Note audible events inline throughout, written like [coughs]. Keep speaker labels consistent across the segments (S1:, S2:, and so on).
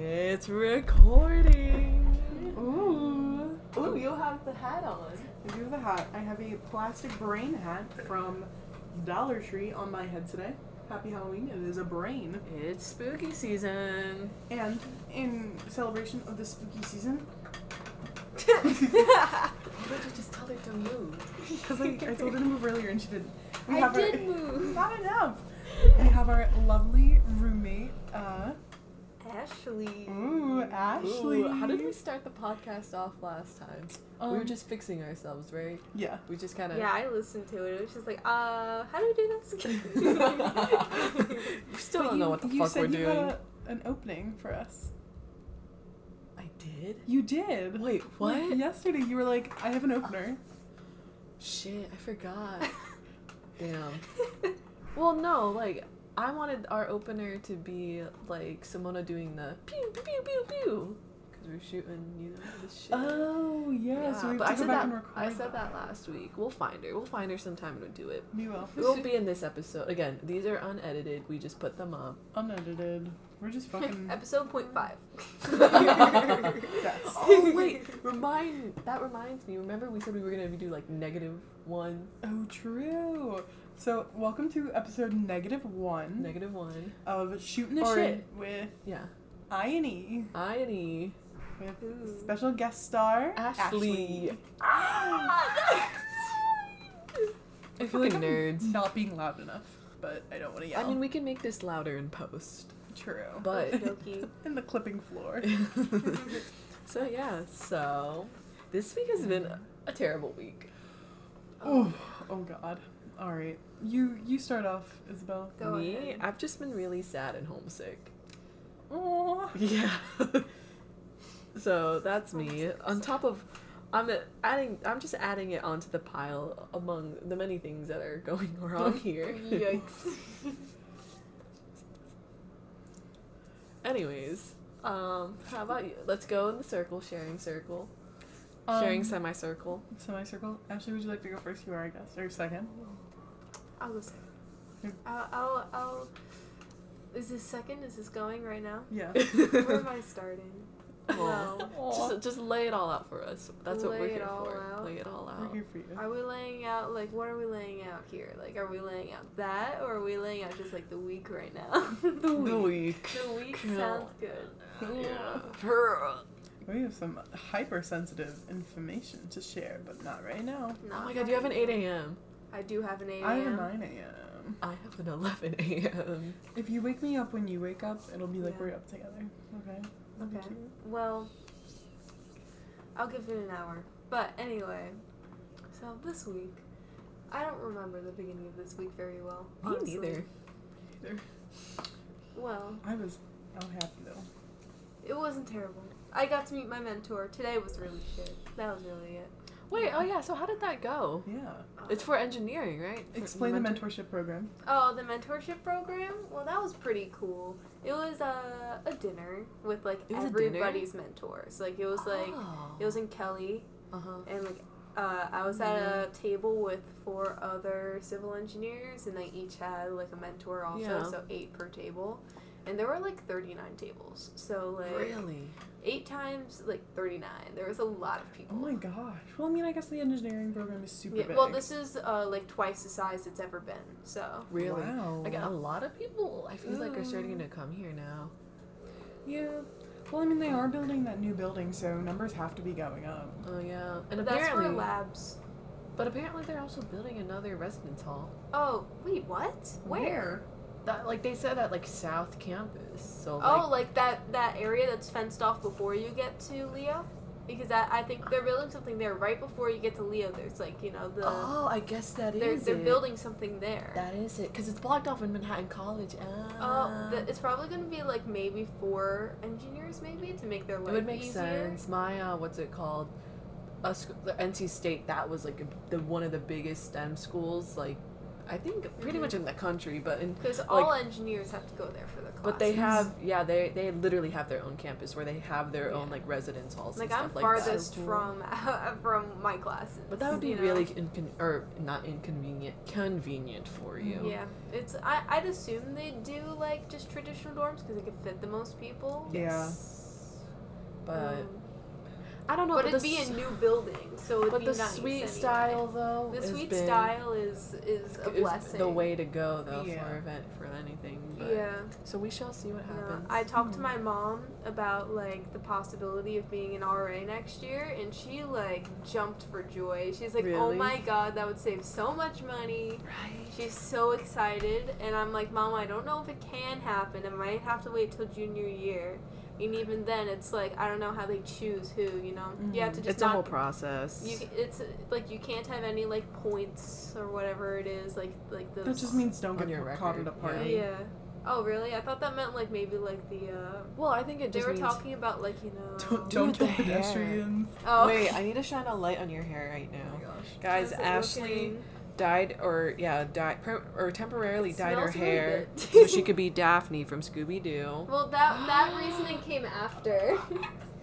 S1: It's recording.
S2: Ooh.
S1: Ooh, you have the hat on.
S2: I do have a hat. I have a plastic brain hat from Dollar Tree on my head today. Happy Halloween. It is a brain.
S1: It's spooky season.
S2: And in celebration of the spooky season, [laughs]
S1: Why did you just tell her to move?
S2: because I, I told her to move earlier and she didn't.
S1: I
S2: have
S1: did
S2: our,
S1: move.
S2: Not enough. We have our lovely roommate, uh,
S3: Ashley.
S2: ooh, Ashley.
S1: Ooh, how did we start the podcast off last time? we were
S2: Um,
S1: just fixing ourselves, right?
S2: Yeah.
S1: We just kind of. [laughs]
S3: Yeah, I listened to it. It was just like, uh, how do we do this?
S1: [laughs] we still
S2: But
S1: don't
S2: you,
S1: know what the
S2: you
S1: fuck
S2: said
S1: we're
S2: you
S1: doing.
S2: Had a, an opening for us.
S1: I did.
S2: You did.
S1: Wait,
S2: Like,
S1: what?
S2: yesterday you were like, I have an opener.
S1: Shit, I forgot. [laughs] Damn. Well, no, like I wanted our opener to be like Simona doing the pew pew pew pew pew because we're shooting, you know, the shit.
S2: Oh yeah, so we have
S1: but
S2: to
S1: I
S2: go
S1: said
S2: back
S1: that
S2: and record.
S1: I said that last week. We'll find her. We'll find her sometime to do it.
S2: We will.
S1: It won't be in this episode. Again, these are unedited. We just put them up.
S2: [laughs] Unedited.
S1: [laughs]
S2: We're just fucking. [laughs]
S3: Episode point five.
S2: Yes.
S1: Oh wait, remind that reminds me. Remember we said we were gonna do like negative one,
S2: oh, true. So welcome to episode negative one
S1: negative one.
S2: of shooting the
S1: Or-
S2: shit with
S1: Yeah,
S2: I and E
S1: I and E.
S2: with
S3: Ooh.
S2: special guest star
S1: Ashley.
S2: [gasps] I feel like
S1: Fucking nerds.
S2: I'm not being loud enough, but I don't want to yell.
S1: I mean, we can make this louder in post, [laughs]
S2: true.
S1: but
S3: Okey-dokey.
S2: in the clipping floor.
S1: so yeah, so this week has been a terrible week.
S2: oh, oh God. All right, you you start off, Isabel.
S3: Go
S1: Me,
S3: ahead.
S1: I've just been really sad and homesick. [laughs]
S2: Aww.
S1: Yeah. [laughs] so that's me. On top of, I'm adding. I'm just adding it onto the pile among the many things that are going [laughs]
S3: [laughs]
S1: wrong here.
S3: Oh, Yikes.
S1: [laughs] Anyways, um, how about you? Let's go in the circle, sharing circle,
S3: Um,
S1: sharing semicircle.
S2: Um, semicircle. Ashley, would you like to go first? You are, I guess, or second.
S3: I'll go second. I'll, I'll, I'll. Is this second? Is this going right now? [laughs]
S2: Yeah.
S3: Where am I starting?
S1: Aw.
S3: No.
S1: Just, just lay it all out for us. That's what we're
S3: Lay it
S1: here
S3: all
S1: for.
S3: out.
S1: Lay it all
S2: We're
S1: out.
S2: here for you.
S3: Are we laying out like what are we laying out here? Like are we laying out that or are we laying out just like the week right now? [laughs] the
S1: The week.
S3: week
S1: Cool.
S3: sounds good.
S1: Oh
S2: We have some hypersensitive information to share, but not right now.
S3: No,
S1: Oh my god, you have an 8 a.m.
S3: I do have an 8
S2: I have a
S3: a.m.
S2: 9 a.m.
S1: I have an 11 a.m.
S2: If you wake me up when you wake up, it'll be like
S3: Yeah.
S2: we're up together. Okay. That'd be
S3: Okay.
S2: cute.
S3: Well, I'll give it an hour. But anyway, so this week, I don't remember the beginning of this week very well.
S1: Me
S3: honestly.
S1: neither.
S3: Well,
S2: I was not happy though.
S3: it wasn't terrible. I got to meet my mentor. Today was really shit. That was really it.
S1: Wait, oh yeah, so how did that go?
S2: Yeah.
S1: It's for engineering, right? For
S2: Explain the mentorship program.
S3: Oh, the mentorship program? Well, that was pretty cool. It was uh, a dinner with like
S1: It was a dinner?
S3: everybody's mentors. Like it was like
S1: Oh.
S3: it was in Kelly,
S1: uh-huh.
S3: and like uh, I was at a table with four other civil engineers, and they each had like a mentor also,
S1: Yeah.
S3: so eight per table. And there were like thirty nine tables, so like
S1: Really?
S3: eight times like thirty nine. There was a lot of
S2: Oh
S3: people.
S2: my gosh. Well, I mean, I guess the engineering program is super
S3: yeah,
S2: big.
S3: well, this is uh, like twice the size it's ever been. So
S1: Really?
S2: Wow.
S1: I got a lot of people I feel like are starting
S2: Ooh.
S1: to come here now.
S2: Yeah. Well, I mean, they are building that new building, so numbers have to be going up.
S1: Oh yeah. And
S3: that's
S1: apparently
S3: for labs.
S1: But apparently they're also building another residence hall.
S3: Oh wait, what? Where?
S1: That like they said at like South Campus. So
S3: Oh, like that that area that's fenced off before you get to Leo, because I, I think they're building something there right before you get to Leo. There's like you know the
S1: oh, I guess that
S3: they're
S1: is
S3: they're
S1: it.
S3: building something there.
S1: That is it, because it's blocked off in Manhattan College.
S3: Oh,
S1: Ah.
S3: the, it's probably gonna be like maybe four engineers maybe to make their life
S1: it would make
S3: easier.
S1: sense. My uh, what's it called? A sc- the NC State that was like the one of the biggest STEM schools, like I think pretty
S3: Mhm.
S1: much in the country, but in
S3: Because all engineers have to go there for the class.
S1: but they have yeah they they literally have their own campus where they have their own
S3: Yeah.
S1: like residence halls and
S3: like I'm
S1: stuff like that.
S3: farthest from from [laughs] my classes.
S1: But that would be
S3: you know?
S1: really incon- or not inconvenient, convenient for you.
S3: Yeah, it's I I'd assume they do like just traditional dorms because it could fit the most people.
S2: Yeah.
S1: Yes. but
S3: Um,
S1: I don't know.
S3: but
S1: the
S3: it'd be
S1: s-
S3: a new building, so it'd
S1: But
S3: be
S1: the
S3: nice
S1: sweet
S3: anyway.
S1: style though.
S3: The
S1: has
S3: sweet
S1: been-
S3: style is is a
S1: is
S3: blessing.
S1: the way to go though for
S2: Yeah.
S1: event for anything. But,
S3: Yeah.
S1: So we shall see what
S3: No,
S1: happens.
S3: I talked
S2: Hmm.
S3: to my mom about like the possibility of being an RA next year, and she like jumped for joy. She's like, "Oh
S1: Really?
S3: my god, that would save so much money."
S1: Right.
S3: She's so excited, and I'm like, "Mom, I don't know if it can happen. It might have to wait till junior year." And even then, it's like I don't know how they choose who. You know, you have to just
S1: It's a
S3: not
S1: whole process.
S3: You c- it's uh, like you can't have any like points or whatever it is like like the
S2: That just means don't
S1: On
S2: get
S1: your
S2: caught
S1: record,
S2: at a party.
S3: yeah. Oh really? I thought that meant like maybe like the uh
S1: well, I think it
S3: they
S1: just
S3: were
S1: means.
S3: talking about like you know
S1: Dude,
S2: Don't, don't
S1: the
S2: kill
S1: hair.
S2: pedestrians.
S3: oh [laughs]
S1: Wait, I need to shine a light on your hair right
S3: Oh [laughs]
S1: now,
S3: my gosh.
S1: guys.
S3: How's it
S1: Ashley
S3: looking?
S1: dyed, or yeah, dyed, per- or temporarily
S3: It
S1: dyed her
S3: smells really
S1: hair
S3: good.
S1: so
S3: [laughs]
S1: she could be Daphne from Scooby [laughs] Doo.
S3: Well, that that reasoning came after.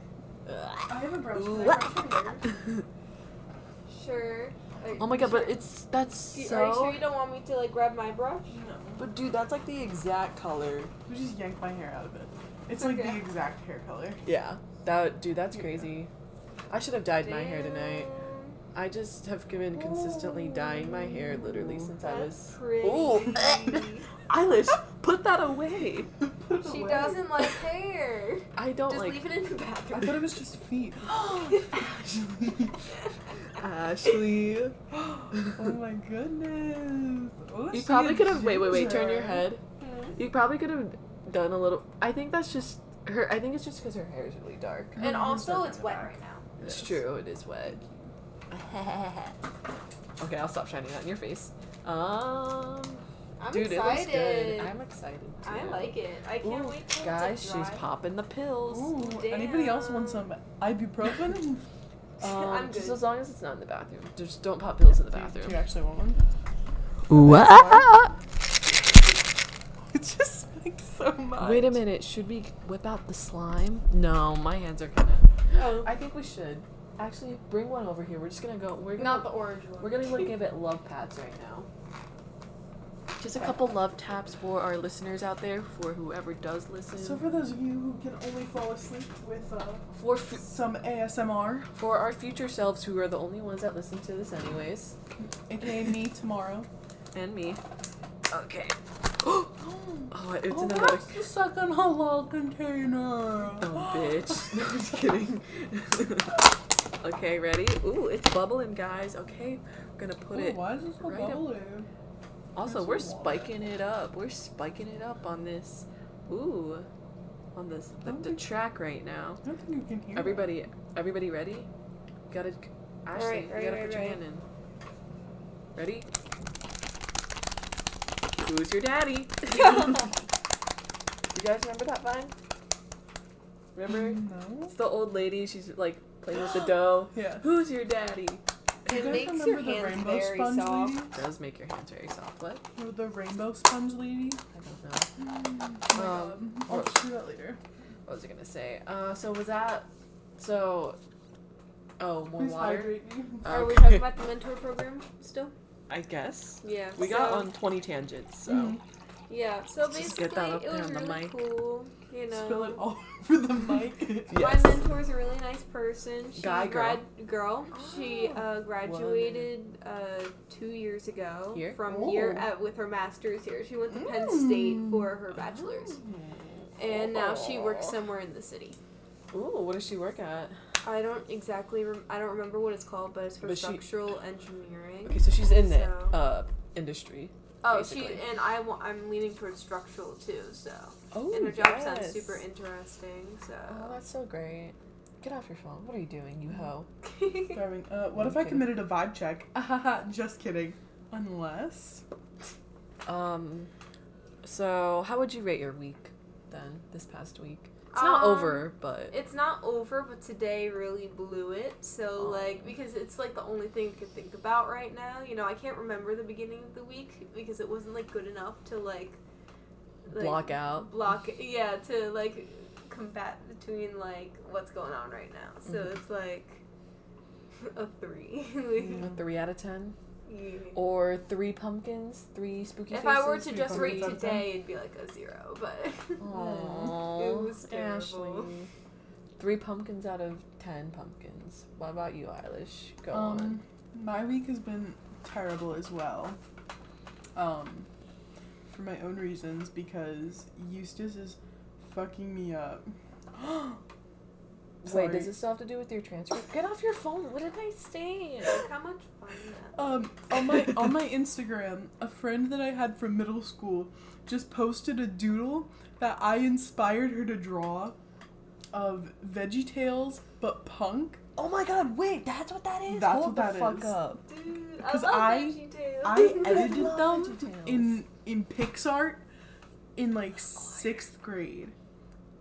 S3: [laughs]
S2: I have a brush.
S1: Ooh.
S2: Can I brush your hair?
S3: sure. Are-
S1: [laughs] oh my god, but
S3: sure.
S1: it's that's
S3: Do you-
S1: so.
S3: Are you sure you don't want me to like grab my brush?
S2: No.
S1: But dude, that's like the exact color.
S2: You just yanked my hair out of it. It's like
S3: Okay.
S2: the exact hair color. [laughs]
S1: Yeah. That dude, that's
S2: Yeah.
S1: crazy. I should have dyed my hair tonight.
S3: Damn.
S1: I just have been consistently dyeing my hair literally
S2: Ooh.
S1: since I
S3: That's
S1: was [laughs]
S3: pretty.
S1: Ooh. Eyelash. Put that away.
S2: Put it
S3: [laughs] she
S2: away.
S3: doesn't like hair.
S1: [laughs] I don't
S3: Just
S1: like
S3: leave it in the
S2: I
S3: [laughs] bathroom. Hmm.
S2: thought it was just feet. [laughs]
S1: [gasps]
S2: Ashley.
S1: Ashley.
S2: oh my goodness. Oh,
S1: You
S2: she
S1: probably
S2: a
S1: could have wait, wait, wait, turn your
S2: ginger.
S1: head. You probably could have done a little I think that's just her I think it's just because her hair is really dark.
S2: Her hair's
S3: and also,
S2: darker
S3: it's
S2: in the
S3: wet
S2: back.
S3: right now.
S2: It
S1: It's
S2: is.
S1: true, it is [laughs] wet. okay, I'll stop shining that in your face. Um
S3: I'm
S1: dude,
S3: excited.
S1: it looks good. I'm excited. Too.
S3: I like it. I can't
S1: Ooh,
S3: wait. till
S1: guys,
S3: it's
S1: she's
S3: dry.
S1: popping the pills.
S2: Ooh, anybody else want
S3: Damn.
S2: some
S1: [laughs]
S2: ibuprofen?
S1: Um,
S3: I'm
S1: just
S3: good.
S1: as long as it's not in the bathroom. Just don't pop pills in the
S2: Do you- Do you
S1: bathroom.
S2: actually want one? [laughs]
S1: What?
S2: It just stinks so much.
S1: Wait a minute. Should we whip out the slime? No, my hands are gonna.
S3: Oh.
S1: I think we should. Actually, bring one over here. We're just gonna go. We're gonna.
S3: Not the orange one.
S1: we're gonna go give it love pats right now. Just a couple love taps for our listeners out there, for whoever does listen.
S2: So for those of you who can only fall asleep with uh,
S1: for f-
S2: some ASMR,
S1: for our future selves, who are the only ones that listen to this, anyways,
S2: aka me tomorrow.
S1: and me. Okay. [gasps] oh, [gasps] it's
S2: oh,
S1: another. [laughs]
S2: that's the second halal container.
S1: Oh, bitch. [laughs] No,
S2: [laughs]
S1: I'm just kidding. [laughs] okay, ready? Ooh, it's bubbling, guys. Okay, we're gonna put
S2: Ooh,
S1: it.
S2: Why is it so
S1: right up-
S2: bubbly?
S1: Also,
S2: There's
S1: we're
S2: some water.
S1: spiking it up. We're spiking it up on this. Ooh, on this the,
S2: Don't
S1: the
S2: think-
S1: track right now.
S2: I don't think you can hear.
S1: Everybody, everybody, ready? You gotta, Ashley,
S3: right,
S1: you
S3: right,
S1: gotta
S3: right,
S1: put your
S3: right.
S1: hand in. Ready? Who's your daddy? [laughs] you guys remember that vine?
S2: it. Mm,
S1: Remember?
S2: No.
S1: It's the old lady. She's like playing
S3: [gasps]
S1: with the dough.
S2: Yeah.
S1: Who's your daddy?
S2: Do you
S3: It
S2: guys
S3: makes
S2: remember
S3: your
S2: the
S3: hands
S2: rainbow
S3: very
S2: sponge
S3: soft.
S2: lady?
S1: Does make your hands very soft. What?
S2: Or the rainbow sponge lady?
S1: I don't know.
S2: Oh
S1: Um,
S2: my god. I'll
S1: or-
S2: show you that later.
S1: What was I gonna say? Uh, so was that? So. Oh, more
S2: Please
S1: water. Oh,
S2: hydrate me.
S3: Are we
S1: Okay.
S3: talking about the mentor program still?
S1: [laughs] I guess.
S3: Yeah.
S1: We got
S3: so- Mm-hmm.
S1: on twenty tangents, so
S2: Mhm.
S3: Yeah. So
S1: Let's
S3: basically,
S1: just get that up
S3: it
S1: there
S3: was
S1: on the
S3: really
S1: mic.
S3: cool. You know.
S2: Spill it all [laughs] over the mic.
S1: Yeah. [laughs] Yes.
S3: My mentor's a really nice person. She
S1: Guy, girl?
S3: girl. She
S2: Oh.
S3: uh, graduated uh, two years ago
S1: Here? Hmm.
S3: from
S2: Oh.
S3: here at, with her master's here. She went to Penn State
S2: Mm.
S3: for her bachelor's, and now she works
S1: Oh.
S3: somewhere in the city.
S1: Ooh, what does she work at?
S3: I don't exactly. Rem- I don't remember what it's called, but it's for
S1: But she-
S3: structural engineering.
S1: Okay, so she's in the
S3: So-
S1: uh industry.
S3: Oh, she
S1: basically.
S3: and I. wa- I'm leaning towards structural too. So
S1: Oh,
S3: and her job sounds
S1: yes.
S3: super interesting. So.
S1: Oh, that's so great. Get off your phone. What are you doing, you hoe?
S3: [laughs]
S2: Darling, uh, what if I
S1: Okay.
S2: committed a vibe check? Ahaha, Just kidding. Unless
S1: Um, so how would you rate your week then? This past week, it's not
S3: Um,
S1: over, but
S3: It's not over, but today really blew it. So
S1: Oh.
S3: like because it's like the only thing I could think about right now. You know, I can't remember the beginning of the week because it wasn't like good enough to like, like,
S1: block out.
S3: block yeah to like combat between like what's going on right now. So
S1: Mhm.
S3: it's like [laughs] a three. [laughs] Mm-hmm.
S1: A three out of ten,
S3: Yeah.
S1: or three pumpkins, three spooky.
S3: If I were
S1: faces,
S3: to
S1: three
S3: just
S1: pumpkins
S3: rate
S1: out of 10?
S3: Oh. today, it'd be like a zero. But
S1: Aww,
S3: It was terrible.
S1: Ashley. Three pumpkins out of ten pumpkins. What about you, Eilish? Go
S2: Um, my week has been terrible as well. Um, for my own reasons because Eustace is fucking me up.
S1: on.
S2: sorry.
S1: Wait, does this still have to do with your
S2: [coughs]
S1: transfer? Get off your phone. What did I say?
S3: [laughs] Like, how much fun is that?
S2: Um, on my on my Instagram, a friend that I had from middle school just posted a doodle that I inspired her to draw of Veggie Tales but punk.
S1: Oh my god, wait, that's what that
S2: is? That's
S1: Hold
S2: what that
S1: the fuck
S2: is.
S1: up.
S3: Dude, I
S2: 'Cause
S3: love
S2: I-
S3: Veggie Tales.
S2: [laughs] I edited
S1: love
S2: them
S1: VeggieTales.
S2: in in Pixart in like sixth grade,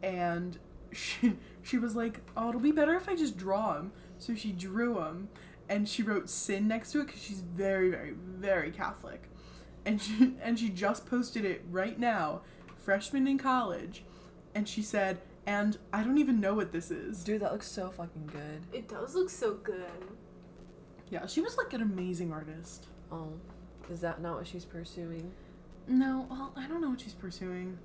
S2: and she [laughs] she was like, "Oh, it'll be better if I just draw them." So she drew them, and she wrote "sin" next to it because she's very, very, very Catholic, and she [laughs] and she just posted it right now, freshman in college, and she said, "And I don't even know what this is."
S1: Dude, that looks so fucking good.
S3: It does look so good.
S2: Yeah, she was like an amazing artist.
S1: Oh, is that not what she's pursuing?
S2: No, well, I don't know what she's pursuing.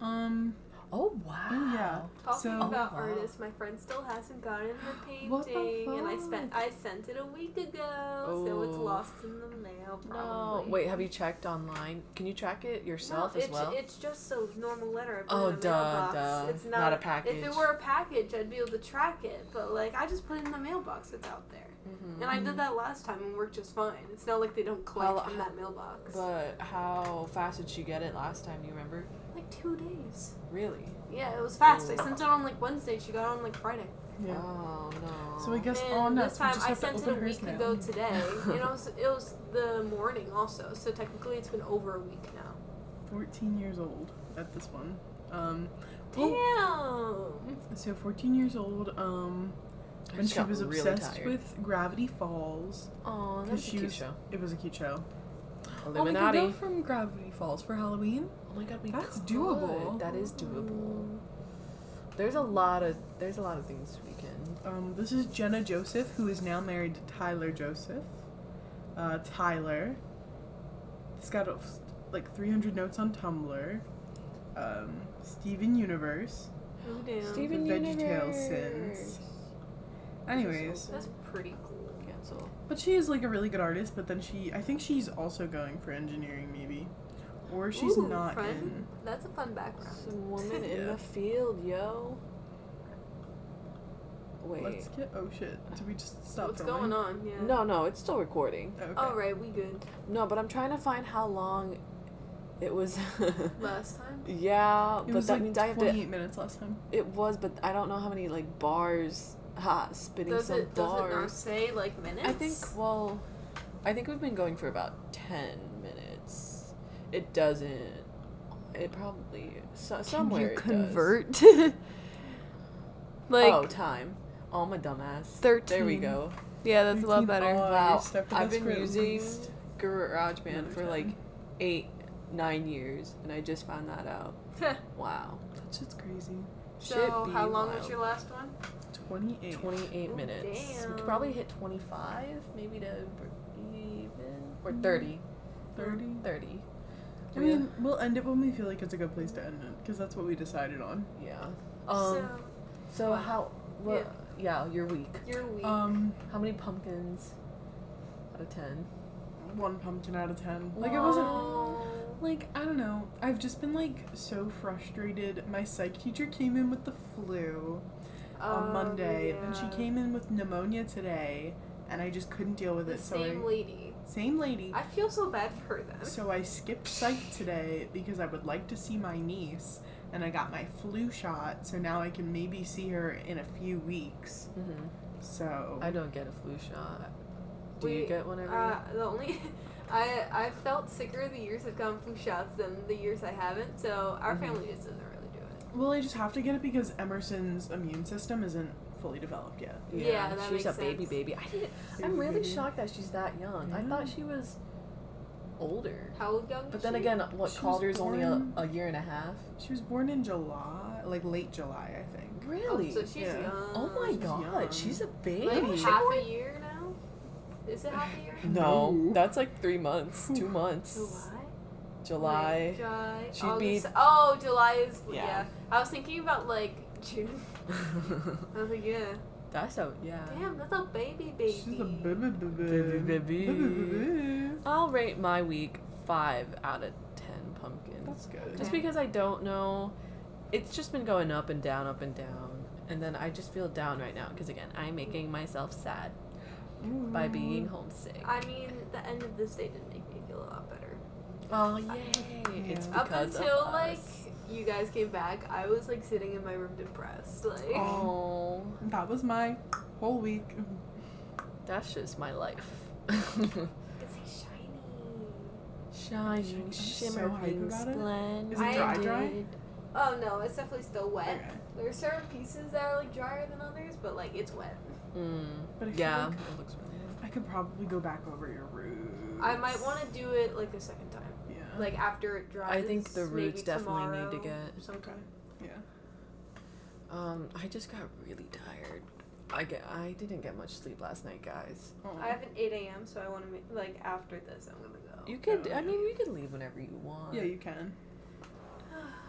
S1: Oh,
S2: Um.
S1: oh wow.
S2: Oh, yeah.
S3: Talking
S2: So-
S3: about
S1: Oh, wow.
S3: artists, my friend still hasn't gotten her painting,
S1: What the
S3: and I spent
S1: fuck?
S3: I sent it a week ago, so it's
S1: Oh.
S3: lost in the mail.
S1: No,
S3: Probably.
S1: wait, have you checked online? Can you track it yourself
S3: no,
S1: as well?
S3: It's, it's just a normal letter. I put
S1: Oh,
S3: it in the
S1: duh,
S3: mailbox.
S1: duh.
S3: It's
S1: Not
S3: not,
S1: a package.
S3: If it were a package, I'd be able to track it. But like, I just put it in the mailbox. It's out there,
S1: Mhm.
S3: and I did that last time and worked just fine. It's not like they don't collect
S1: Well,
S3: from
S1: how-
S3: that mailbox.
S1: But how fast did she get it last time? You remember?
S3: like two days.
S1: Really?
S3: Yeah, it was fast. I sent it on like Wednesday. She got it on like Friday.
S2: Yeah.
S1: Oh no.
S2: So I guess
S3: and
S2: on
S3: this
S2: us, we
S3: time
S2: just
S3: I
S2: have to
S3: sent it a
S2: open hers
S3: week
S1: [laughs]
S2: now.
S3: ago today. and it was it was the morning also. So technically, it's been over a week now.
S2: 14 years old at this one. Um,
S3: Damn.
S2: well, so 14 years old. Um,
S1: I
S2: when
S1: just
S2: she
S1: got
S2: was
S1: really
S2: obsessed
S1: tired.
S2: with Gravity Falls.
S1: Oh,
S2: 'cause
S1: that's a
S2: she
S1: cute
S2: was-
S1: show.
S2: It was a cute show.
S1: Illuminati.
S2: Oh, we could go from Gravity Falls for Halloween.
S1: Oh my god, we
S2: That's
S1: could.
S2: doable.
S1: That is doable. There's a lot of there's a lot of things we can.
S2: Um, this is Jenna Joseph, who is now married to Tyler Joseph. Uh, Tyler. He's got uh, like 300 notes on Tumblr. Um, Steven Universe.
S3: Oh, damn.
S1: Steven
S2: VeggieTales
S1: Universe.
S2: sins. Anyways.
S3: That's pretty cool.
S1: Cancel.
S2: But she is like a really good artist, but then she I think she's also going for engineering maybe. Or she's
S3: Ooh,
S2: not
S3: fun.
S2: in.
S3: That's a fun background.
S1: Some woman in
S2: Yeah.
S1: the field, yo. Wait.
S2: Let's get oh shit. Did we just stop?
S3: What's going on? Yeah.
S1: No, no, it's still recording.
S2: Okay.
S3: All right, we good.
S1: No, but I'm trying to find how long it was. [laughs]
S3: Last time.
S1: yeah,
S2: It
S1: but
S2: was
S1: that
S2: like
S1: means I have to.
S2: 28 minutes last time.
S1: It was, but I don't know how many like bars. Ha, spitting
S3: Does
S1: some
S3: it does it not
S1: bars.
S3: say like minutes?
S1: I think. Well, I think we've been going for about ten minutes. It doesn't. It probably so, somewhere it does. [laughs]
S4: like
S1: oh, time. Oh, my dumbass. There we
S4: 13.
S1: go.
S4: yeah, that's a lot
S2: 13
S4: better.
S3: [laughs]
S2: hours.
S1: Wow,
S2: you're stuck with
S1: I've
S2: us
S1: been
S2: for at
S1: using
S2: least
S1: GarageBand
S2: another
S1: for
S2: time.
S1: like eight, nine years, and I just found that out. Wow.
S2: That shit's crazy.
S3: so
S1: Shit
S3: how
S1: be
S3: long
S1: wild.
S3: was your last one?
S2: 28.
S1: 28
S3: Oh,
S1: minutes. We could
S3: damn.
S1: probably hit 25, maybe to br- even. Or 30.
S2: 30.
S1: 30.
S2: I mean, we'll end it when we feel like it's a good place to end it cuz that's what we decided on.
S1: yeah. Um, so, how. What, yeah. your week.
S3: so your week.
S2: Um
S1: How many pumpkins out of 10?
S2: one pumpkin out of 10. Like it wasn't Like, I don't know. I've just been like so frustrated. My psych teacher came in with the flu on Monday, and
S3: um,
S2: she came in with pneumonia today, and I just couldn't deal with
S3: The
S2: it. So I,
S3: same lady.
S2: same lady.
S3: I feel so bad for her then.
S2: So I skipped psych today because I would like to see my niece, and I got my flu shot, so now I can maybe see her in a few weeks.
S1: Mm-hmm.
S2: So
S1: I don't get a flu shot. Do you
S3: Wait,
S1: get one every
S3: Uh, the only [laughs] I I felt sicker the years I've gone from shots than the years I haven't. So our
S2: Mm-hmm.
S1: Mhm.
S3: family just doesn't really do it.
S2: well, I just have to get it because Emerson's immune system isn't fully developed yet.
S3: yeah, that
S1: she's
S3: makes
S1: a baby
S3: sense.
S1: baby. I
S3: [laughs]
S1: didn't, I'm really shocked that she's that young. I thought
S2: Yeah.
S1: she was older.
S3: How old young?
S1: But
S3: is
S1: then
S3: she?
S1: again, what
S2: she was
S1: Calder's only a,
S2: born-
S1: a year and a half.
S2: She was born in July, like late July, I think.
S1: Really?
S3: Oh, so she's
S2: Yeah.
S3: young.
S1: Oh my
S2: She's
S1: god,
S2: young.
S1: she's a baby.
S3: Like half a year now? Is it half a
S2: [sighs]
S3: year?
S1: no,
S2: No.
S1: that's like three months, two
S2: Oof.
S1: months.
S3: July.
S1: July.
S3: July.
S1: She'd [laughs]
S3: August.
S1: be-
S3: Oh, July is.
S1: Yeah.
S3: Yeah. I was thinking about like June. [laughs] I was like, yeah.
S1: That's so yeah.
S3: Damn, that's a baby baby.
S2: She's a baby baby.
S1: Baby, baby.
S2: baby.
S1: I'll rate my week five out of ten pumpkins.
S2: That's good.
S1: Just
S3: Okay.
S1: because I don't know, it's just been going up and down, up and down, and then I just feel down right now because again, I'm making myself sad by
S2: Mm-hmm.
S1: being homesick.
S3: I mean, the end of this day did make me feel a lot better.
S1: Oh yay!
S2: Yeah.
S1: It's
S2: Up
S1: because
S3: Up until
S1: of
S3: like
S1: us.
S3: you guys came back, I was like sitting in my room depressed. Like
S1: Oh,
S2: That was my whole week.
S1: that's just my life. [laughs]
S3: it's like shiny.
S1: Shining,
S2: I'm so
S1: shimmering,
S2: hype about it.
S1: splendid.
S2: Is it
S3: dry,
S2: dry?
S3: Oh no, it's definitely still wet.
S2: Okay.
S3: There are certain pieces that are like drier than others, but like it's wet.
S1: Mm.
S2: But I feel
S1: Yeah,
S2: like
S1: it looks really good.
S2: I could probably go back over your roots.
S3: I might want to do it like a second time,
S2: Yeah.
S3: like after it dries.
S1: I think the roots
S3: maybe
S1: definitely
S3: tomorrow,
S1: need to get.
S3: sometime.
S2: Yeah.
S1: Um, I just got really tired. I get. I didn't get much sleep last night, guys.
S2: Oh.
S3: I have an eight a.m., so I want to make like after this, I'm gonna go.
S1: You could.
S2: yeah.
S1: I mean, you could leave whenever you want.
S2: Yeah, you can.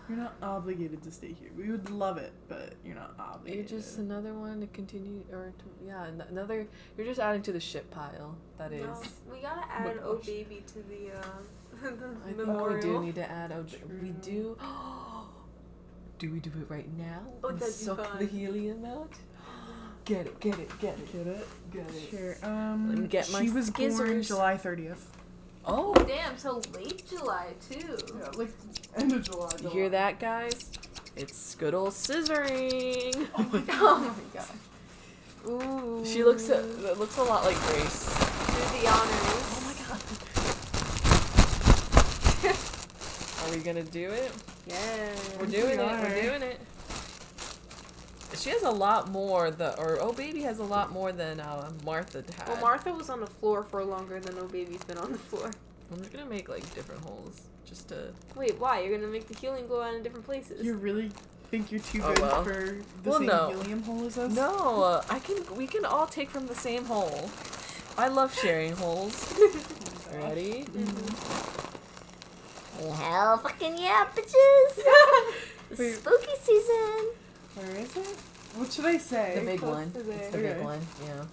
S2: You're not obligated to stay here. We would love it, but you're not
S1: You're
S2: obligated.
S1: just another one to continue, or to, yeah, an- another. You're just adding to the shit pile. That is.
S3: No, we gotta add
S2: gosh.
S3: "Oh Baby" to the, uh, [laughs]
S1: I
S3: the
S1: think
S3: memorial.
S1: we do need to add. Oh, we
S2: True.
S1: do. do we do it right now?
S3: Oh,
S1: And
S3: that'd be
S1: suck the
S3: fun.
S1: helium out. Get it. Get it. Get it.
S2: Get it?
S1: Get it.
S2: Sure. Um,
S1: Let me get my
S2: she was born
S1: skizzers.
S2: July 30th.
S1: Oh,
S3: Damn, so late July too.
S1: [laughs]
S2: like end of July.
S1: you hear that, guys? It's good old scissoring.
S2: Oh
S1: [laughs]
S2: my god.
S3: Oh
S2: god.
S3: Ooh.
S1: She looks a, looks a lot like Grace.
S3: Do the honors.
S1: Oh my god.
S3: [laughs]
S1: Are we gonna do it?
S3: Yeah.
S1: We're doing it.
S2: are.
S1: We're doing it. She has a lot more. The or oh baby has a lot more than uh, Martha had.
S3: Well, Martha was on the floor for longer than "Oh Baby's" been on the floor.
S1: I'm just gonna make like different holes just to.
S3: Wait, why? You're gonna make the healing go out in different places.
S2: You really think you're too
S1: Oh,
S2: good
S1: well.
S2: for the
S1: Well,
S2: same
S1: no.
S2: helium hole as us?
S1: No, uh, I can. We can all take from the same hole. I love sharing holes. [laughs] Ready?
S4: Hell fucking yeah, bitches!
S2: Wait.
S4: Spooky season!
S2: Where is it? What should I say?
S1: The big
S3: close
S1: one.
S3: to
S1: It's the
S2: there.
S1: big
S2: Okay.
S1: one. Yeah.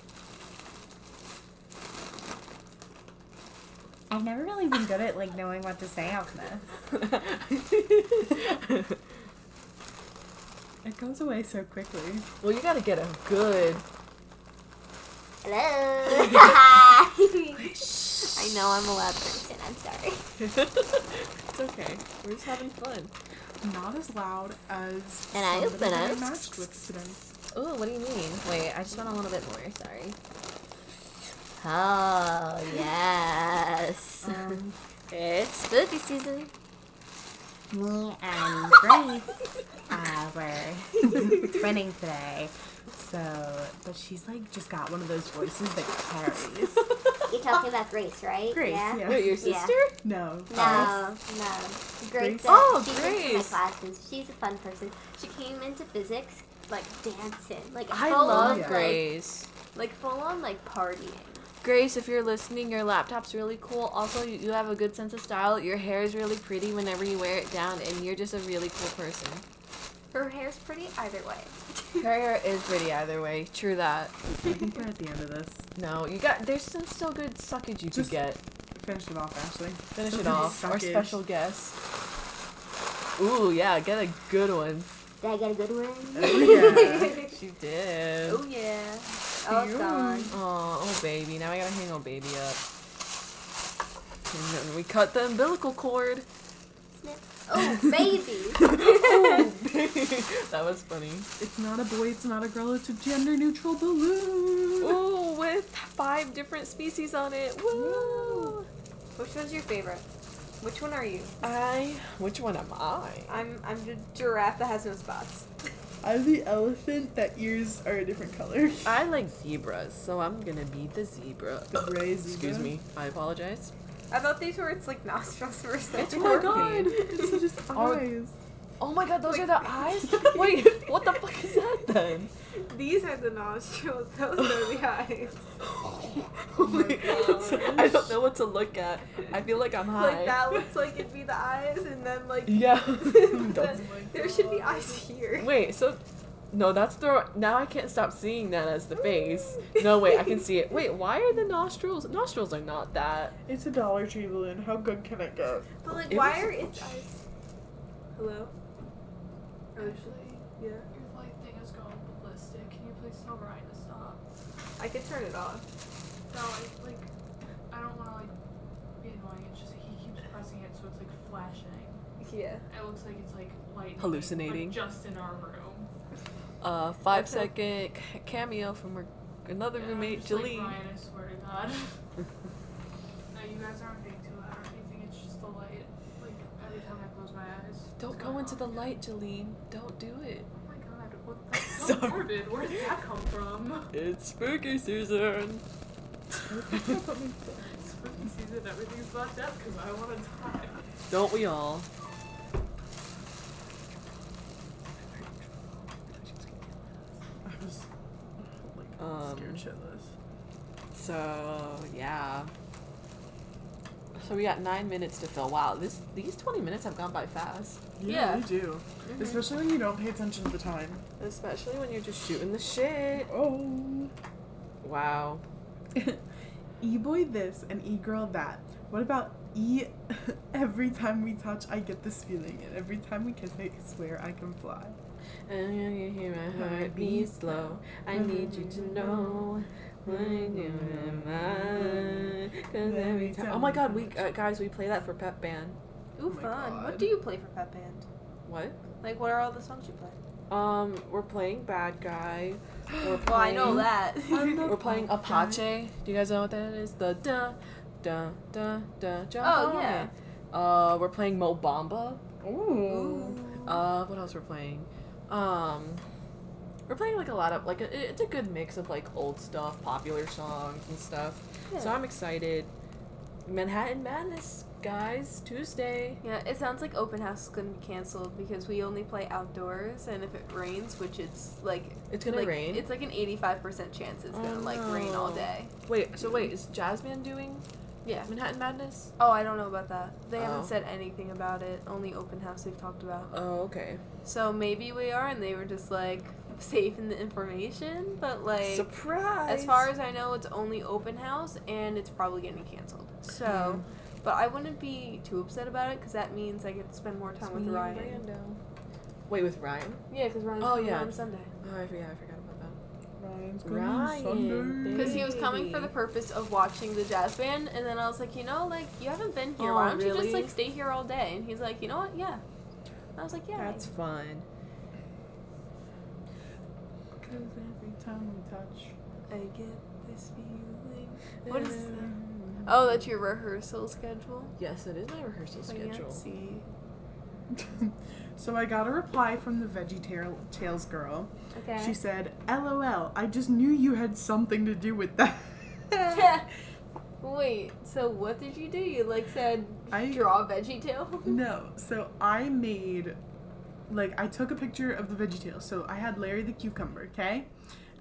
S4: I've never really been good at like knowing what to say on this.
S2: It goes away so quickly.
S1: [laughs] well, you gotta get a good.
S4: Hello.
S1: [laughs]
S4: I know I'm a loud person. I'm sorry.
S1: [laughs] it's okay. We're just having fun.
S2: Not as loud as
S4: And I
S2: somebody
S4: open
S2: that I
S4: up.
S2: matched with today.
S4: Ooh, what do you mean? Wait, I just want a little bit more. Sorry.
S1: [laughs]
S4: Oh yes,
S2: Um,
S4: [laughs] it's spooky season. Me and Grace uh,
S2: [laughs]
S4: were twinning today, so
S2: but she's like just got one of those voices that carries.
S5: You're talking about Grace, right?
S2: Grace, yeah.
S5: Yeah.
S1: Wait, your sister?
S5: Yeah.
S2: No.
S5: No, no. Grace.
S2: Grace?
S5: Grace. uh,
S1: Oh,
S5: she's into my
S1: Grace.
S5: classes. She's a fun person. She came into physics like dancing, like
S1: I
S5: full
S1: love
S5: on,
S2: yeah.
S1: Grace.
S5: like, like full on like partying.
S1: Grace, if you're listening, your laptop's really cool. Also, you, you have a good sense of style. Your hair is really pretty whenever you wear it down, and you're just a really cool [laughs] person.
S5: Her hair's pretty either way.
S1: Her hair is pretty either way. True that.
S2: I think we're at the end of this.
S1: No, you got. There's some still good suckage you could
S2: Just-
S1: get.
S2: Finish it off, Ashley.
S1: Finish
S2: Still
S1: it
S2: good
S1: off. Our
S2: suckage.
S1: special guest. Ooh, yeah, get a good [laughs] one.
S5: Did I get a good one?
S2: [laughs] Oh,
S1: She did.
S5: Oh yeah. Oh, it's
S2: Ew.
S5: gone.
S1: Oh, oh baby. Now I gotta hang oh baby up. And then we cut the umbilical [laughs] cord.
S5: Snip. Oh baby.
S1: Oh. [laughs] that was funny.
S2: it's not a boy, it's not a girl, it's a gender neutral balloon.
S1: Ooh, with five different species on it. Woo!
S3: Which one's your favorite? Which one are you?
S1: I. Which one am I?
S3: I'm I'm the giraffe that has no spots.
S2: I'm the elephant that ears are a different color.
S1: I like zebras, so I'm gonna be the zebra.
S2: The gray
S1: Excuse
S2: zebra.
S1: me. I apologize.
S3: I thought these were its like [laughs] nostrils for a second.
S1: Oh my god!
S2: [laughs] It's just
S1: Are-
S2: eyes.
S1: Oh my god, those are the [laughs] eyes? Wait, what the fuck is that then?
S3: These are the nostrils. [laughs] Those are the eyes.
S1: [laughs] I don't know what to look at. I feel like I'm high.
S3: Like that looks like it'd be [laughs] the eyes, and then like
S1: Yeah. [laughs]
S3: the- there should be eyes here.
S1: Wait, so No, that's the. Now I can't stop seeing that as the face. No, wait, I can see it. Wait, why are the nostrils? Nostrils are not that.
S2: It's a Dollar Tree balloon. How good can it get?
S3: But like,
S1: It
S3: why
S1: was-
S3: are its eyes? Hello. Oh,
S6: Actually,
S3: Yeah.
S6: your flight thing is going ballistic. Can you please tell Ryan to stop?
S3: I could turn it off.
S6: No, it's like I don't want to like be annoying. It's just he keeps pressing it, so it's like flashing.
S3: Yeah.
S6: It looks like it's like lightning.
S1: Hallucinating.
S6: Like, just in our room.
S1: Uh, five
S3: five
S1: second cameo from another
S6: Yeah, I'm
S1: roommate,
S6: just like,
S1: Jalee.
S6: Ryan, I swear
S1: [laughs]
S6: to God. [laughs] no, you guys aren't being too loud or anything. It's just the light. Like every time I close my eyes. it's
S1: Don't
S6: going
S1: go into
S6: on.
S1: the light, Jaleen. Don't do it.
S6: Oh my God! What
S1: [laughs]
S6: the? So
S1: Sorry.
S6: morbid. Where did that
S1: [laughs]
S6: come from?
S1: It's spooky season.
S6: Spooky season. Everything's about death because I want to die.
S1: Don't we all?
S2: I was like
S1: Um,
S2: scared shitless.
S1: So yeah. So we got nine minutes to fill. Wow, this these twenty minutes have gone by fast.
S3: Yeah. Mm-hmm.
S2: you do. Especially when you don't pay attention to the [laughs] time.
S1: Especially when you're just shooting the shit.
S2: Oh.
S1: Wow.
S2: E boy this and e girl that. What about e? [laughs] every time we touch, I get this feeling, and every time we kiss, I swear I can fly.
S1: And you can hear my heart beat slow. I need you to know. when you're mine. 'Cause every time- Oh my god, we uh, guys, we play that for Pep Band.
S3: Ooh,
S2: Oh my
S3: fun.
S2: God.
S3: What do you play for Pep Band?
S1: What?
S3: Like, what are all the songs you play?
S1: Um, we're playing Bad Guy. [gasps] We're playing,
S3: Well, I know that. [laughs]
S2: [laughs]
S1: We're playing Apache. Do you guys know what that is? The da da da da.
S3: Oh, yeah.
S1: Uh, we're playing Mo Bamba.
S2: Ooh.
S1: Uh, what else we're playing? Um, we're playing like a lot of like it- it's a good mix of like old stuff, popular songs and stuff. So
S3: Yeah.
S1: I'm excited. Manhattan Madness, guys, Tuesday.
S3: Yeah, it sounds like open house is gonna be canceled because we only play outdoors, and if it rains, which it's like
S1: It's gonna
S3: like,
S1: rain.
S3: It's like an eighty-five percent chance it's gonna
S1: Oh,
S3: like rain all
S1: no.
S3: day.
S1: Wait, so wait, is Jasmine doing
S3: Yeah.
S1: Manhattan Madness?
S3: Oh, I don't know about that. They
S1: Oh.
S3: haven't said anything about it. Only open house they've talked about.
S1: Oh, okay.
S3: So maybe we are, and they were just like [laughs] safe in the information. But like,
S1: Surprise!
S3: as far as I know, it's only open house, and it's probably getting canceled. So,
S1: Hmm.
S3: but I wouldn't be too upset about it because that means I get to spend more time with Ryan.
S1: Wait, with Ryan?
S3: Yeah, because Ryan's
S1: Oh,
S3: coming
S1: yeah.
S3: on Sunday.
S1: Oh, I forgot. I forgot about that.
S2: Ryan's going
S1: Ryan,
S2: on Sunday.
S3: Because he was coming for the
S1: Maybe.
S3: purpose of watching the jazz band, and then I was like, you know, like you haven't been here.
S1: Oh,
S3: Why don't you
S1: really?
S3: just like stay here all day? And he's like, you know what? Yeah. And I was like, yeah.
S1: That's fun.
S2: Cause every time we touch.
S3: I get this feeling. What is that? Oh, that's your rehearsal schedule.
S1: Yes, it is my rehearsal schedule.
S3: Fancy.
S2: [laughs] so I got a reply from the Veggie Tail- Tales girl. [laughs]
S3: Okay.
S5: [laughs]
S2: She said, "LOL, I just knew you had something to do with that."
S3: [laughs]
S2: [laughs]
S3: Wait. So what did you do? You like said
S2: I-
S3: draw Veggie Tale.
S2: No, so I made, like, I took a picture of the VeggieTales. So I had Larry the cucumber, okay,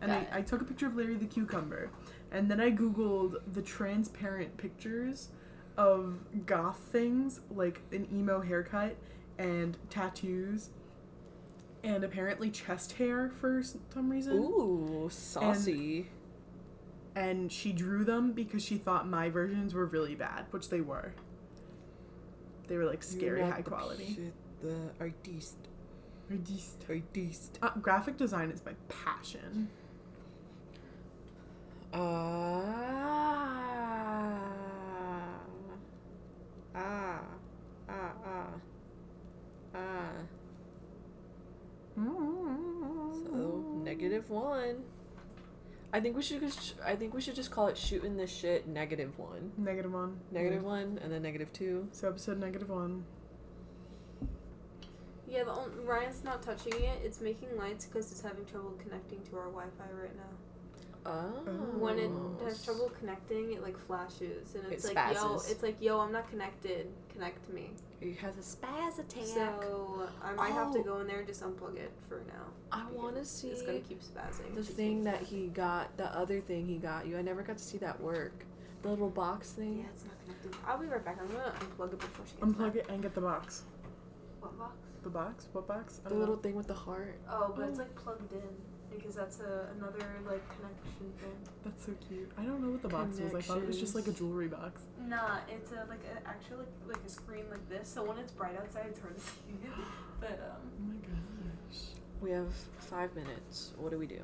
S2: and I,
S3: Got
S2: I took a picture of Larry the cucumber, and then I googled the transparent pictures of goth things, like an emo haircut and tattoos, and apparently chest hair for some reason.
S1: Ooh, saucy.
S2: And she drew them because she thought my versions were really bad, which they were. They were like scary high quality.
S1: The artist,
S2: Reduced.
S1: artist.
S2: Uh, graphic design is my passion.
S1: Ah, ah, ah, ah, ah. So negative one. I think we should just. I think we should just call it shooting the shit. Negative one.
S2: Negative one.
S1: Negative
S2: Mm.
S1: one, and then negative two.
S2: So episode negative one.
S3: [laughs] Yeah, the only, Ryan's not touching it. It's making lights because it's having trouble connecting to our Wi-Fi right now.
S1: Oh.
S3: when it has trouble connecting, it like flashes and it's
S1: It
S3: like yo,
S1: spazzes.
S3: it's like yo, I'm not connected. Connect me.
S1: It has a spaz attack.
S3: So I might have to
S1: Oh.
S3: go in there and just unplug it for now.
S1: I want to
S3: because
S1: see
S3: It's gonna keep spazzing.
S1: the
S3: It's gonna
S1: thing
S3: keep
S1: that
S3: spazzing.
S1: he got. The other thing he got you. I never got to see that work. The little box
S3: Yeah,
S1: thing.
S3: it's not connected. I'll be right back. I'm gonna unplug it before she gets
S2: Unplug
S3: back.
S2: it and get the box.
S3: What box?
S2: The box? What box?
S1: The
S2: I don't
S1: little thing with the heart.
S3: Oh, but it's like plugged in because that's a, another like connection thing.
S2: know. Oh, That's so cute. I don't know what the box was. I thought it was just like a
S1: Connections.
S2: jewelry box.
S3: Nah, it's a like a, actually like, like a screen like this. So when it's bright outside, it's hard to [laughs] see it. But um,
S2: Oh my gosh.
S1: We have five minutes. What do we do?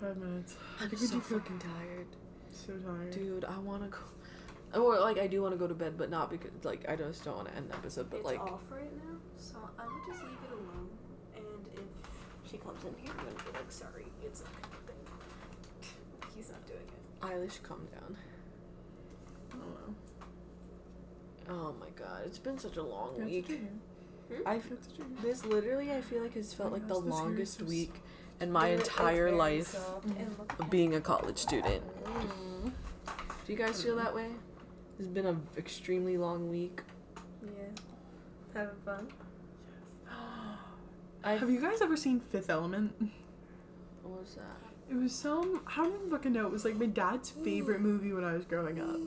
S2: Five minutes.
S1: I'm
S2: could
S1: so
S2: do
S1: fucking tired,
S2: So tired.
S1: dude. I want to go. Or like I do want to go to bed, but not because like I just don't want to end the episode. But
S3: it's
S1: like
S3: off right now, so I'm gonna just leave it alone. And if she comes in here, I'm gonna be like, sorry, it's not connecting. He's not doing it.
S1: Eilish, calm down.
S2: I don't know.
S1: Oh my god, it's been such a long
S2: That's
S1: week.
S2: what you hear.
S1: I
S2: That's what you hear.
S1: this literally I feel like has felt like the
S2: Yes, this year is
S1: longest
S2: just-
S1: week in my
S3: Dude, it's
S1: entire
S3: very
S1: life
S3: soft and look
S1: of being a college student. Do you guys feel that way? It's been an extremely long week.
S3: Yeah. Having fun.
S1: I
S2: Have you guys ever seen Fifth Element?
S1: what was that?
S2: It was some I don't even fucking know. It was like my dad's favorite
S1: Mm.
S2: movie when I was growing up,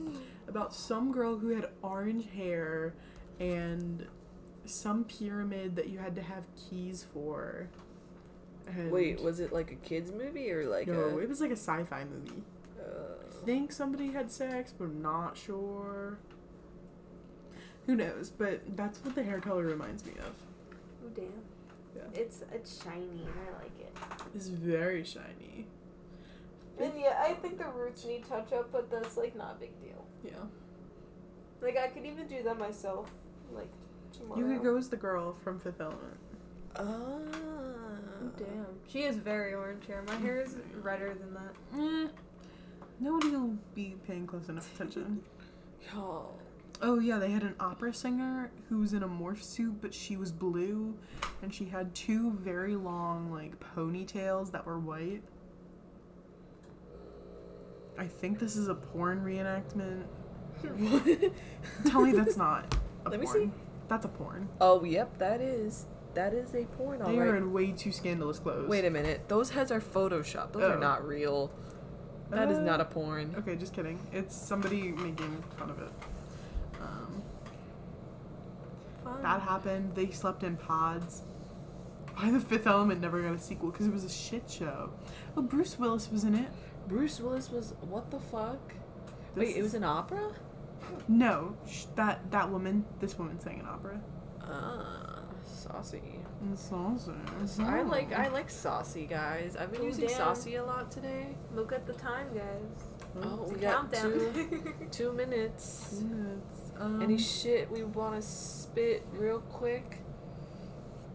S2: about some girl who had orange hair, and some pyramid that you had to have keys for. And
S1: Wait, was it like a kids movie or like
S2: no,
S1: a?
S2: it was like a sci-fi movie. I
S1: Uh,
S2: think somebody had sex, but I'm not sure. Who knows? But that's what the hair color reminds me of.
S5: Oh, damn.
S2: Yeah.
S5: It's, it's shiny and I like it.
S2: It's very shiny.
S3: And yeah, I think the roots need touch up, but that's like not a big deal.
S2: Yeah.
S3: Like I could even do that myself, like tomorrow.
S2: You could go as the girl from Fifth Element.
S1: oh.
S3: Damn, she is very orange hair. My hair is redder than that.
S2: Eh, nobody will be paying close enough attention.
S1: Y'all.
S2: oh yeah, they had an opera singer who was in a morph suit, but she was blue, and she had two very long like ponytails that were white. I think this is a porn reenactment. Tell me
S1: [laughs]
S2: that's not. A
S1: Let me
S2: porn.
S1: see.
S2: That's a porn.
S1: [laughs] Oh, yep, that is. That is a porn,
S2: they are
S1: alright.
S2: in way too scandalous clothes.
S1: Wait a minute. Those heads are Photoshop. Those
S2: Oh.
S1: are not real. That is
S2: Uh,
S1: not a porn.
S2: Okay, just kidding. It's somebody making fun of it. Um,
S3: Fun.
S2: That happened. They slept in pods. Why the Fifth Element never got a sequel? Because it was a shit show. Oh, Bruce Willis was in it.
S1: Bruce Willis was. What the fuck?
S2: This
S1: Wait, it
S2: is-
S1: was an opera?
S2: no. Sh- that that woman, this woman sang an opera.
S1: Ah, saucy.
S2: And it's also- Oh.
S1: I like I like saucy guys. I've been
S3: Ooh,
S1: using
S3: damn.
S1: saucy a lot today.
S3: Look at the time, guys.
S2: Mm-hmm.
S1: Oh,
S3: It's a
S1: we got
S3: [laughs]
S1: two
S3: countdown.
S1: two minutes.
S2: It's, um,
S1: Any shit we want to spit real quick?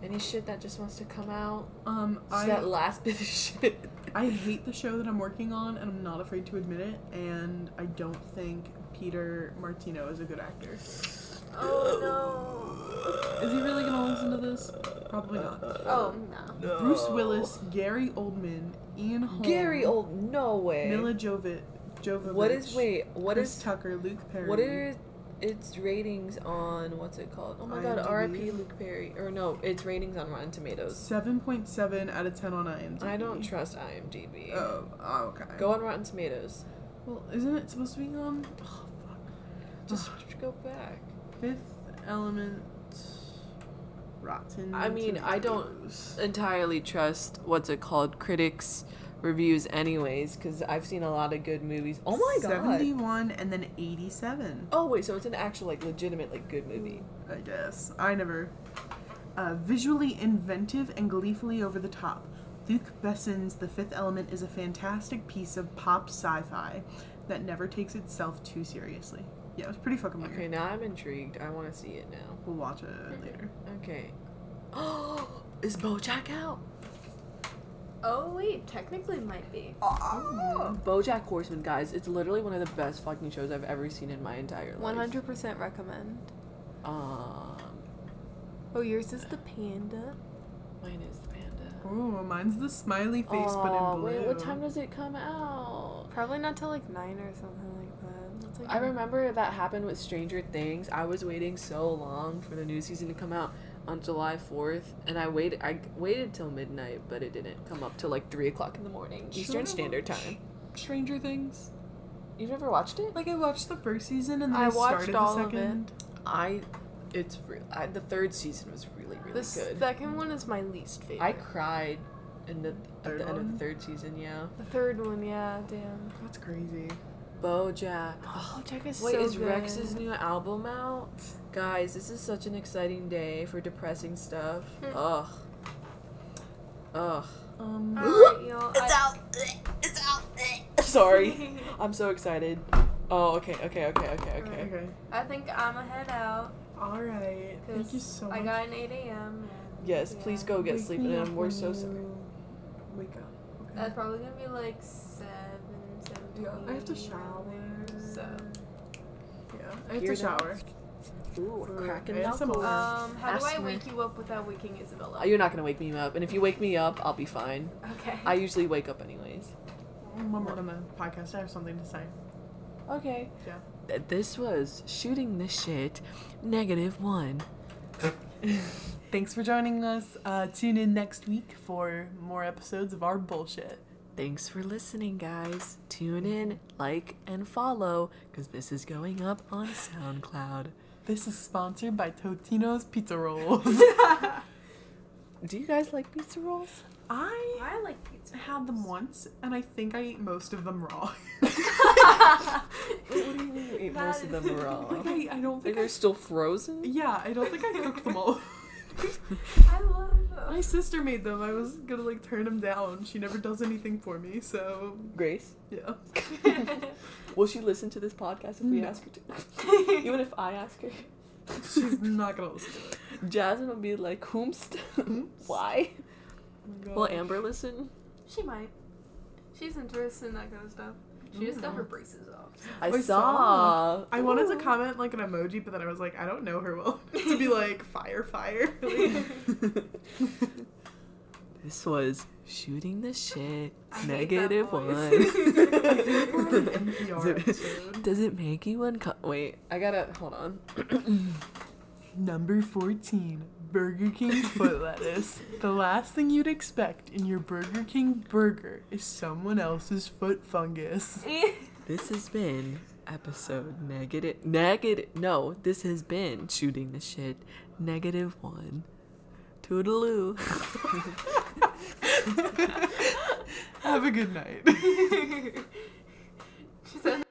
S1: Any shit that just wants to come out?
S2: um,
S1: Just that
S2: I
S1: last [laughs] bit of shit.
S2: I hate the show that I'm working on, and I'm not afraid to admit it. And I don't think Peter Martino is a good actor.
S3: oh
S2: Is he really gonna listen to this? Probably not.
S3: no. Oh no.
S2: Bruce Willis, Gary Oldman, Ian Holm,
S1: Gary Old, no way.
S2: Mila Jovi- Jovovich.
S1: what is wait? What
S2: Chris
S1: is
S2: Tucker, Luke Perry?
S1: what are its ratings on what's it called? Oh my god,
S2: IMDb.
S1: R.I.P. Luke Perry. Or no, its ratings on Rotten Tomatoes.
S2: seven point seven out of ten on IMDb?
S1: I don't trust IMDb.
S2: Oh, oh, okay.
S1: Go on Rotten Tomatoes.
S2: Well, isn't it supposed to be on? Oh fuck.
S1: Just go back.
S2: Fifth Element, Rotten.
S1: I mean, I don't-
S2: Tomatoes.
S1: entirely trust what's it called critics reviews anyways because i've seen a lot of good movies oh my god
S2: Seventy-one and then eighty-seven.
S1: oh wait so it's an actual like legitimate like good movie
S2: I guess. I never. Uh, visually inventive and gleefully over the top, Luc Besson's The Fifth Element is a fantastic piece of pop sci fi that never takes itself too seriously. Yeah, it was pretty fucking weird.
S1: okay now i'm intrigued i want to see it now
S2: We'll watch it later.
S1: okay oh [gasps] is bojack out
S3: Oh wait, technically might be.
S1: bojack horseman guys it's literally one of the best fucking shows i've ever seen in my entire life
S3: One hundred percent recommend.
S1: um
S3: Oh, yours is the panda.
S1: mine is the panda
S2: Oh, mine's the smiley face, but
S1: Aw,
S2: in blue.
S1: wait what time does it come out
S3: Probably not till like nine or something like that. That's like
S1: I remember that happened with Stranger Things. I was waiting so long for the new season to come out on July fourth, and I waited. I waited till midnight, but it didn't come up till like three o'clock in the morning Eastern
S2: Should I
S1: Standard
S2: watch-
S1: Time.
S2: Stranger Things?
S1: You've never watched it?
S2: Like, I watched the first season and then I,
S3: I watched
S2: started
S3: all
S2: the
S3: of it.
S2: second.
S1: I, it's re- I, the third season was really really
S3: The
S1: good.
S3: second one is my least favorite.
S1: I cried in the at
S2: Third
S1: the end of
S2: one?
S1: the third season. Yeah,
S3: the third one, yeah,
S2: [laughs]
S3: damn.
S2: That's crazy.
S1: BoJack.
S3: Oh, Jack is
S1: Wait,
S3: so
S1: is
S3: good.
S1: Rex's new album out? Guys, this is such an exciting day for depressing stuff.
S3: Hmm.
S1: Ugh. Ugh.
S2: Um,
S3: Alright, y'all. I-
S4: out. It's out.
S1: Sorry. [laughs] I'm so excited. Oh, okay, okay, okay, okay,
S2: okay.
S1: okay.
S3: [laughs] I think I'm gonna head out
S2: All right. Thank you
S3: because
S2: so much.
S3: I got an 8 a.m. and-
S1: Yes,
S3: yeah.
S1: please go get
S2: Wake
S1: sleep,
S2: me
S1: and
S2: up
S1: I'm- we're
S2: when
S1: so sorry.
S2: you Wake up. Okay.
S3: That's probably gonna be like 7, 7
S2: Yeah, I have to shower.
S3: So.
S2: yeah. I have
S1: Hear
S2: to
S1: that?
S2: shower.
S1: Ooh,
S2: For
S1: cracking
S2: ASMR.
S1: knuckles.
S3: Um, how do I
S1: Asthma.
S3: wake you up without waking Isabella?
S1: Uh, You're not gonna wake me up, and if you wake me up, I'll be fine.
S3: okay.
S1: I usually wake up anyways.
S2: When we're on the podcast, I have something to say.
S1: Okay.
S2: Yeah.
S1: Th- This was shooting the shit. Negative one.
S2: Thanks for joining us. Uh, tune in next week for more episodes of our bullshit.
S1: Thanks for listening, guys. Tune in, like, and follow, because this is going up on SoundCloud.
S2: This is sponsored by Totino's Pizza Rolls. [laughs]
S1: Do you guys like pizza rolls?
S2: [laughs] I
S6: I like pizza.
S2: had
S3: [laughs]
S2: them once, and I think I ate most of them raw.
S1: What do you mean you ate most of them [laughs] raw?
S2: [laughs] like I, I don't
S1: Like
S2: think I,
S1: they're still frozen?
S2: yeah, I don't think I cooked them [laughs] all.
S3: I love
S2: My sister made them. I was gonna like turn them down. She never does anything for me, so
S1: Grace,
S2: yeah.
S1: will she listen to this podcast if we
S2: No.
S1: ask her [laughs] to? Even if I ask her?
S2: She's not gonna listen.
S1: Jasmine will be like, whomst? [laughs] Why?
S2: Oh
S1: Will Amber listen?
S3: [laughs] She might. She's interested in that kind of stuff. She just got her braces off.
S1: I,
S2: I
S1: saw.
S2: I wanted to
S1: Ooh.
S2: comment like an emoji, but then I was like, I don't know her well [laughs] enough to be like fire, fire. Like,
S1: this was shooting the shit.
S3: I hate that
S1: Negative
S2: we're on
S1: one.
S3: [laughs]
S2: an [laughs] NPR episode.
S1: Does it make you unco- Wait, I gotta hold
S3: [coughs]
S1: on.
S2: Number fourteen, Burger King foot lettuce. The last thing you'd expect in your Burger King burger is someone else's foot fungus.
S1: This has been episode negative. Negative. No, this has been shooting the shit. Negative one. Toodaloo.
S2: Have a good night.
S3: She said